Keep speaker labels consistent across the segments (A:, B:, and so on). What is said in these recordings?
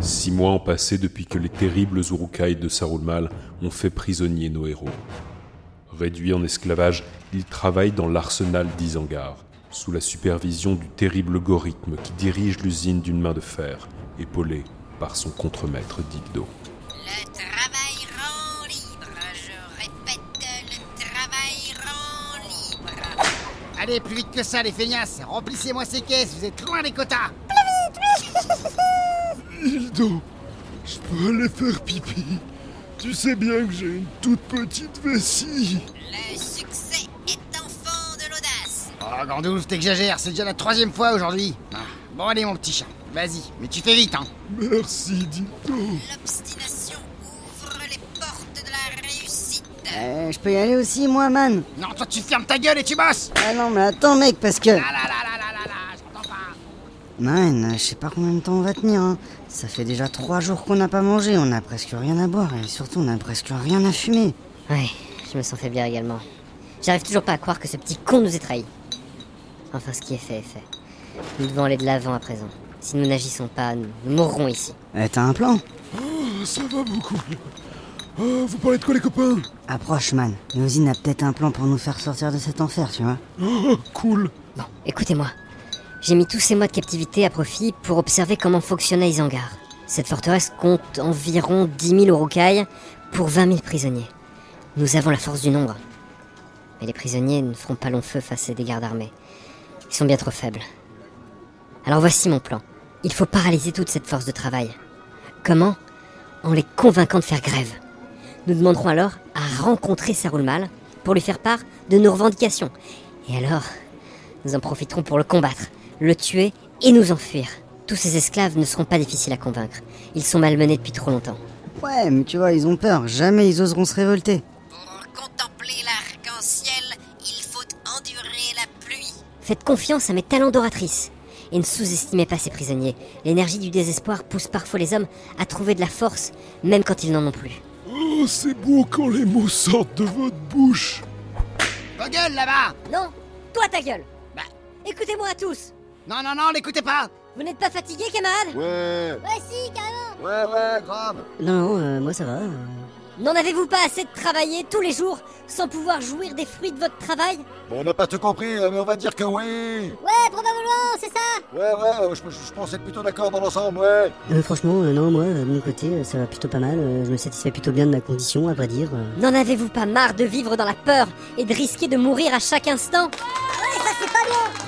A: Six mois ont passé depuis que les terribles Urukai de Sarulmal ont fait prisonniers nos héros. Réduits en esclavage, ils travaillent dans l'arsenal d'Isangar, sous la supervision du terrible Gorithme qui dirige l'usine d'une main de fer, épaulé par son contremaître Digdo.
B: Le travail rend libre. Je répète, le travail rend libre.
C: Allez, plus vite que ça, les feignasses Remplissez-moi ces caisses, vous êtes loin des quotas
D: Hildo, je peux aller faire pipi. Tu sais bien que j'ai une toute petite vessie.
B: Le succès est enfant de l'audace.
C: Oh, Gandouve, t'exagères, c'est déjà la troisième fois aujourd'hui Ah, Bon, allez, mon petit chat, vas-y, mais tu fais vite, hein
D: Merci, Dildo.
B: L'obstination ouvre les portes de la réussite.
E: Euh, je peux y aller aussi, moi, man.
C: Non, toi, tu fermes ta gueule et tu bosses
E: Ah non, mais attends, mec, parce que.
C: Ah là là là là là là, j'entends pas
E: Man, euh, je sais pas combien de temps on va tenir, hein. Ça fait déjà trois jours qu'on n'a pas mangé, on a presque rien à boire et surtout on a presque rien à fumer.
F: Ouais, je me sens faiblir également. J'arrive toujours pas à croire que ce petit con nous ait trahis. Enfin, ce qui est fait est fait. Nous devons aller de l'avant à présent. Si nous n'agissons pas, nous, nous mourrons ici.
E: Eh, t'as un plan
D: Oh, ça va beaucoup mieux. Ah, vous parlez de quoi, les copains
E: Approche, man. Léozine a peut-être un plan pour nous faire sortir de cet enfer, tu vois.
D: Oh, cool.
F: Bon, écoutez-moi. J'ai mis tous ces mois de captivité à profit pour observer comment fonctionnait Isangar. Cette forteresse compte environ 10 000 Urukai pour 20 000 prisonniers. Nous avons la force du nombre. Mais les prisonniers ne feront pas long feu face à des gardes armés. Ils sont bien trop faibles. Alors voici mon plan. Il faut paralyser toute cette force de travail. Comment En les convainquant de faire grève. Nous demanderons alors à rencontrer Sarulmal pour lui faire part de nos revendications. Et alors, nous en profiterons pour le combattre, le tuer et nous enfuir. Tous ces esclaves ne seront pas difficiles à convaincre. Ils sont malmenés depuis trop longtemps.
E: Ouais, mais tu vois, ils ont peur, jamais ils oseront se révolter.
B: Pour contempler l'arc-en-ciel, il faut endurer la pluie.
F: Faites confiance à mes talents d'oratrice. Et ne sous-estimez pas ces prisonniers. L'énergie du désespoir pousse parfois les hommes à trouver de la force, même quand ils n'en ont plus.
D: Oh, c'est beau quand les mots sortent de votre bouche.
C: Ta gueule, là-bas
F: Non Toi ta gueule
C: Bah.
F: Écoutez-moi tous
C: Non, non, non, l'écoutez pas
F: Vous n'êtes pas fatigué, camarades
G: Ouais,
F: Ouais, si, carrément
G: ouais, ouais, grave.
E: Non, non, euh, moi ça va. euh.
F: N'en avez-vous pas assez de travailler tous les jours sans pouvoir jouir des fruits de votre travail
G: Bon, on n'a pas tout compris, euh, mais on va dire que oui.
F: Ouais, probablement, c'est ça
G: Ouais, ouais, euh, je, je- je pense être plutôt d'accord dans l'ensemble, ouais.
E: Euh, franchement, euh, non, moi, euh, de mon côté, euh, ça va plutôt pas mal. euh, je me satisfais plutôt bien de ma condition, à vrai dire. euh.
F: N'en avez-vous pas marre de vivre dans la peur et de risquer de mourir à chaque instant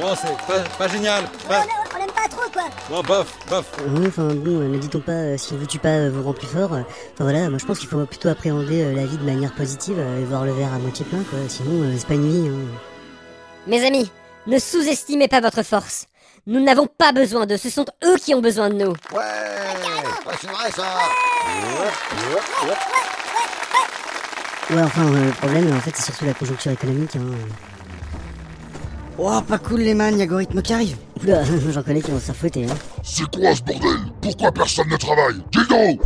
G: Bon, c'est pas, pas génial. Pas-
F: On l'aime pas trop, quoi
G: Bon, bof, bof.
E: Euh, ouais, enfin bon, euh, ne dit-on pas, euh, si on vous tue pas, euh, vous rend plus fort. euh. Enfin voilà, moi je pense qu'il faut plutôt appréhender euh, la vie de manière positive euh, et voir le verre à moitié plein, quoi. Sinon, euh, c'est pas une vie. hein.
F: Mes amis, ne sous-estimez pas votre force. Nous n'avons pas besoin d'eux, ce sont eux qui ont besoin de nous.
G: Ouais, ouais, c'est vrai ça. Ouais, ouais, ouais.
E: Ouais, enfin, euh, le problème, en fait, c'est surtout la conjoncture économique. Hein. Oh, pas cool les man, y'a Gorithme qui arrive. Oula, j'en connais qui vont se faire fouetter, hein.
H: C'est quoi ce bordel Pourquoi personne ne travaille Dildo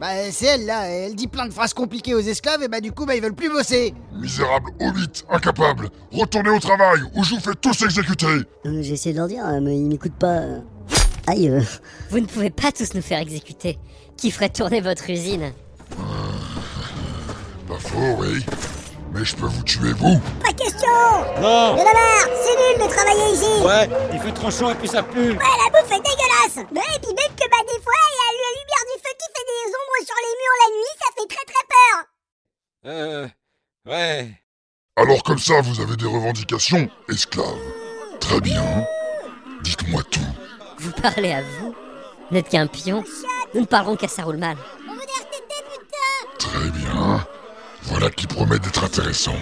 C: Bah, euh, c'est elle, là, elle dit plein de phrases compliquées aux esclaves, et bah, du coup, bah, ils veulent plus bosser
H: Misérable hobbit, incapable Retournez au travail ou je vous fais tous exécuter
E: Euh, J'ai essayé de leur dire, euh, mais ils m'écoutent pas. euh. Aïe, euh.
F: Vous ne pouvez pas tous nous faire exécuter. Qui ferait tourner votre usine
H: Pas faux, oui. Mais je peux vous tuer, vous
B: Pas question
G: Non,
B: De la mer C'est nul de travailler ici
G: ouais, il fait trop chaud et puis ça pue.
B: Ouais, la bouffe est dégueulasse Ouais, et puis même que bah des fois, il y a la lumière du feu qui fait des ombres sur les murs la nuit, ça fait très très peur
G: Euh, ouais.
H: Alors comme ça, vous avez des revendications, esclaves. Très bien. Dites-moi tout.
F: Vous parlez à vous N'êtes qu'un pion Nous ne parlerons qu'à Sarulman.
H: Très bien. Voilà qui promet d'être intéressant.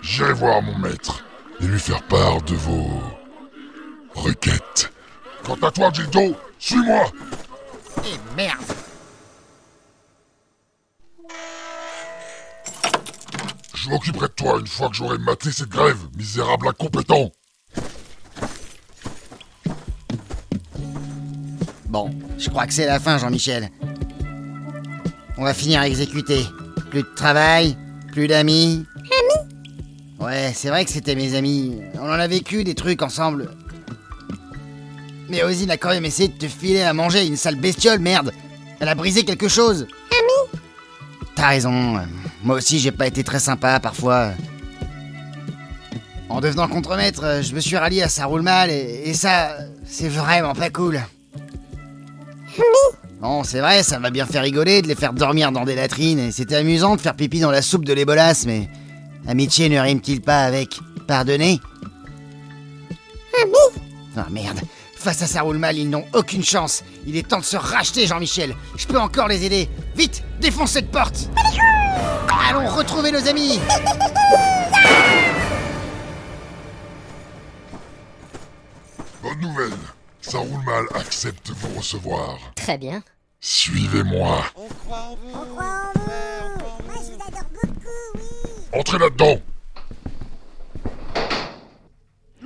H: J'irai voir mon maître et lui faire part de vos requêtes. Quant à toi, Gildo, suis-moi
C: Et Eh, merde
H: Je m'occuperai de toi une fois que j'aurai maté cette grève, misérable incompétent
C: Bon, je crois que c'est la fin, Jean-Michel. On va finir exécuté. Plus de travail, plus d'amis. Amis Ouais, c'est vrai que c'était mes amis. On en a vécu des trucs ensemble. Mais Ozine a quand même essayé de te filer à manger une sale bestiole, merde Elle a brisé quelque chose Ami T'as raison. Moi aussi, j'ai pas été très sympa parfois. En devenant contremaître, je me suis rallié à ça roule mal et, et ça, c'est vraiment pas cool. Bon, c'est vrai, ça m'a bien fait rigoler de les faire dormir dans des latrines et c'était amusant de faire pipi dans la soupe de l'ébolas, mais amitié ne rime-t-il pas avec pardonner Ah merde. Face à ça roule mal, ils n'ont aucune chance. Il est temps de se racheter, Jean-Michel. Je peux encore les aider. Vite, défonce cette porte. Allons retrouver nos amis.
H: Bonne nouvelle Ça roule mal, accepte vous recevoir.
F: Très bien.
H: Suivez-moi.
B: Crois en vous Moi, je vous adore beaucoup, oui
H: Entrez là-dedans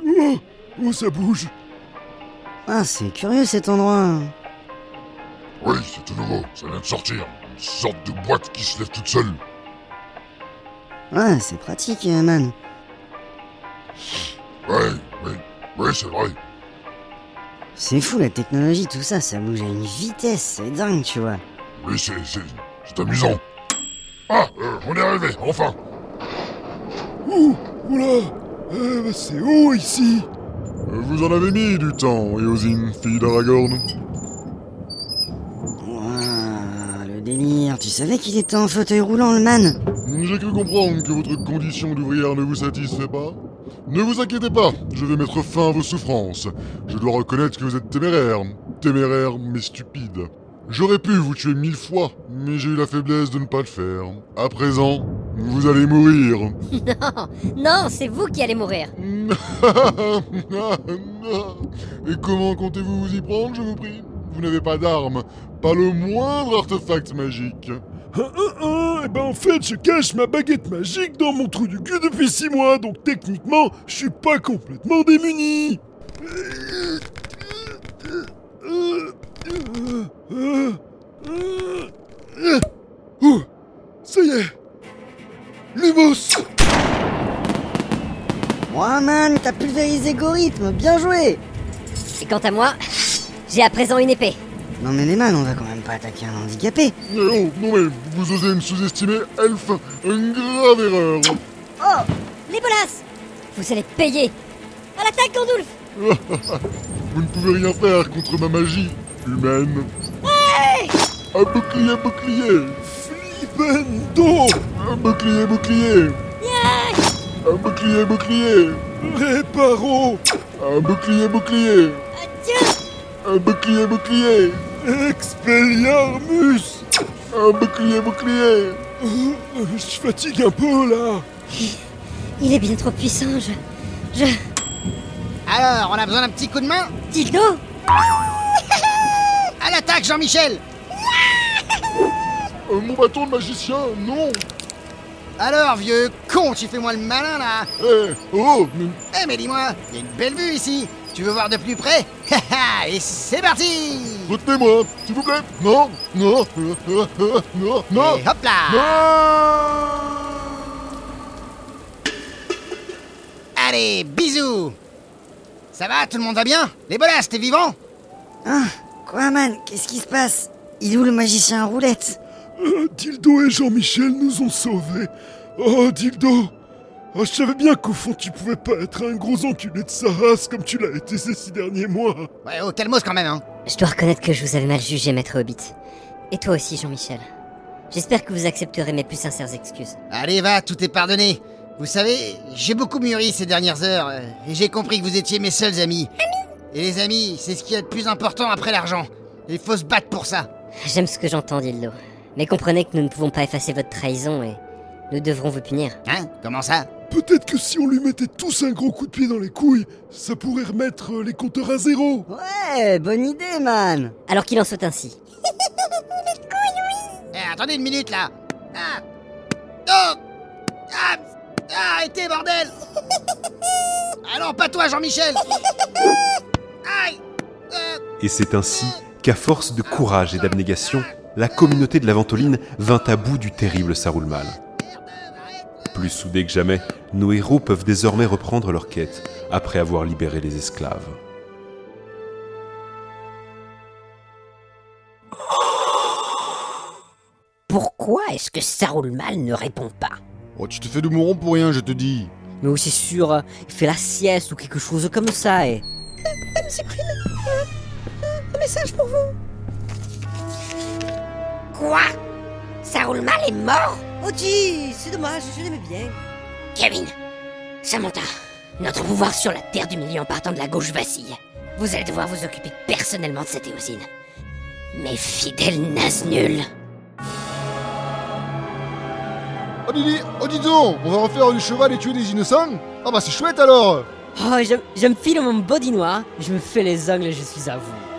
D: Oh, oh, ça bouge
I: Ah, c'est curieux cet endroit.
H: Oui, c'est tout nouveau, ça vient de sortir. Une sorte de boîte qui se lève toute seule.
I: Ouais, c'est pratique, euh, man.
H: Ouais, oui, oui, c'est vrai.
I: C'est fou la technologie, tout ça, ça bouge à une vitesse, c'est dingue, tu vois.
H: Oui, c'est, c'est, c'est amusant. Ah, euh, on est arrivé, enfin
D: Ouh, oula euh, bah, C'est haut ici
H: Euh, Vous en avez mis du temps, Eosine, fille d'Aragorn.
I: Ouah, le délire, tu savais qu'il était en fauteuil roulant, le man
H: J'ai cru comprendre que votre condition d'ouvrière ne vous satisfait pas. Ne vous inquiétez pas, je vais mettre fin à vos souffrances. Je dois reconnaître que vous êtes téméraire. Téméraire, mais stupide. J'aurais pu vous tuer mille fois, mais j'ai eu la faiblesse de ne pas le faire. À présent, vous allez mourir.
F: Non, non, c'est vous qui allez mourir.
H: Et comment comptez-vous vous y prendre, je vous prie Vous n'avez pas d'armes, pas le moindre artefact magique.
D: Hein, hein, hein, Eh ben en fait, je cache ma baguette magique dans mon trou du cul depuis six mois, donc techniquement, je suis pas complètement démuni. Ouh, ça y est, Lumos.
I: Ouah, man, t'as pulvérisé Gorithme, bien joué
F: Et quant à moi, j'ai à présent une épée.
I: Non mais les man, on va quand même pas attaquer un handicapé.
H: Mais oh, non mais, vous osez me sous-estimer, elfe, une grave erreur.
F: Oh Les bolasses Vous allez payer À l'attaque, Gandulf
H: Vous ne pouvez rien faire contre ma magie humaine. Un bouclier, bouclier
D: Flipendo
H: Un bouclier, bouclier Un bouclier, bouclier
D: Réparo
H: Un bouclier, bouclier
F: Adieu
H: Un bouclier, bouclier
D: Expelliarmus
H: Un bouclier, bouclier
D: Euh, euh, Je fatigue un peu là
F: Il est bien trop puissant, je... Je...
C: Alors, on a besoin d'un petit coup de main
F: Dildo
C: À l'attaque, Jean-Michel
H: Euh, Mon bâton de magicien, non
C: Alors, vieux con, tu fais moi le malin, là
H: Eh, oh mais-
C: Eh, mais dis-moi, il y a une belle vue ici Tu veux voir de plus près Ha, ha, Et c'est parti
H: Retenez-moi, s'il vous plaît Non Non euh, euh, euh, Non Non
C: Et hop là
D: Ah
C: Allez, bisous Ça va, tout le monde va bien Les bolasses, t'es vivant
I: Hein Quoi, man Qu'est-ce qui se passe Il est où le magicien à roulette
D: Euh, Dildo et Jean-Michel nous ont sauvés. Oh, Dildo Oh, Je savais bien qu'au fond, tu pouvais pas être un gros enculé de sa race comme tu l'as été ces six derniers mois.
C: Ouais, oh, calmos quand même, hein
F: Je dois reconnaître que je vous avais mal jugé, maître Hobbit. Et toi aussi, Jean-Michel. J'espère que vous accepterez mes plus sincères excuses.
C: Allez, va, tout est pardonné. Vous savez, j'ai beaucoup mûri ces dernières heures euh, et j'ai compris que vous étiez mes seuls amis. Et les amis, c'est ce qu'il y a de plus important après l'argent. Il faut se battre pour ça.
F: J'aime ce que j'entends, Dildo. Mais comprenez que nous ne pouvons pas effacer votre trahison et nous devrons vous punir.
C: Hein Comment ça
D: Peut-être que si on lui mettait tous un gros coup de pied dans les couilles, ça pourrait remettre euh, les compteurs à zéro.
I: Ouais, Eh, bonne idée, man
F: Alors qu'il en soit ainsi.
C: Eh, attendez une minute là. Ah Oh Ah Ah, Arrêtez, bordel Ah non, pas toi, Jean-Michel Aïe Euh,
A: Et c'est ainsi qu'à force de courage et d'abnégation, la communauté de la Ventoline vint à bout du terrible Saroulmal.
C: Merde, arrête
A: Plus soudés que jamais, nos héros peuvent désormais reprendre leur quête après avoir libéré les esclaves.
F: Pourquoi est-ce que Saroulmal ne répond pas
H: Oh, tu te fais du mouron pour rien, je te dis.
F: Mais oui, c'est sûr, euh, il fait la sieste ou quelque chose comme ça et.
J: Madame Cyprine, un, un message pour vous.
F: Quoi Ça roule mal est mort
J: Oh dis, c'est dommage, je l'aimais bien.
F: Kevin Samantha Notre pouvoir sur la terre du milieu en partant de la gauche vacille. Vous allez devoir vous occuper personnellement de cette éosine. Mes fidèles nazes nuls
H: Oh Lily, oh dis donc, on va refaire du cheval et tuer des innocents Ah bah c'est chouette alors
F: Oh, je, je me file mon body noir, je me fais les ongles et je suis à vous.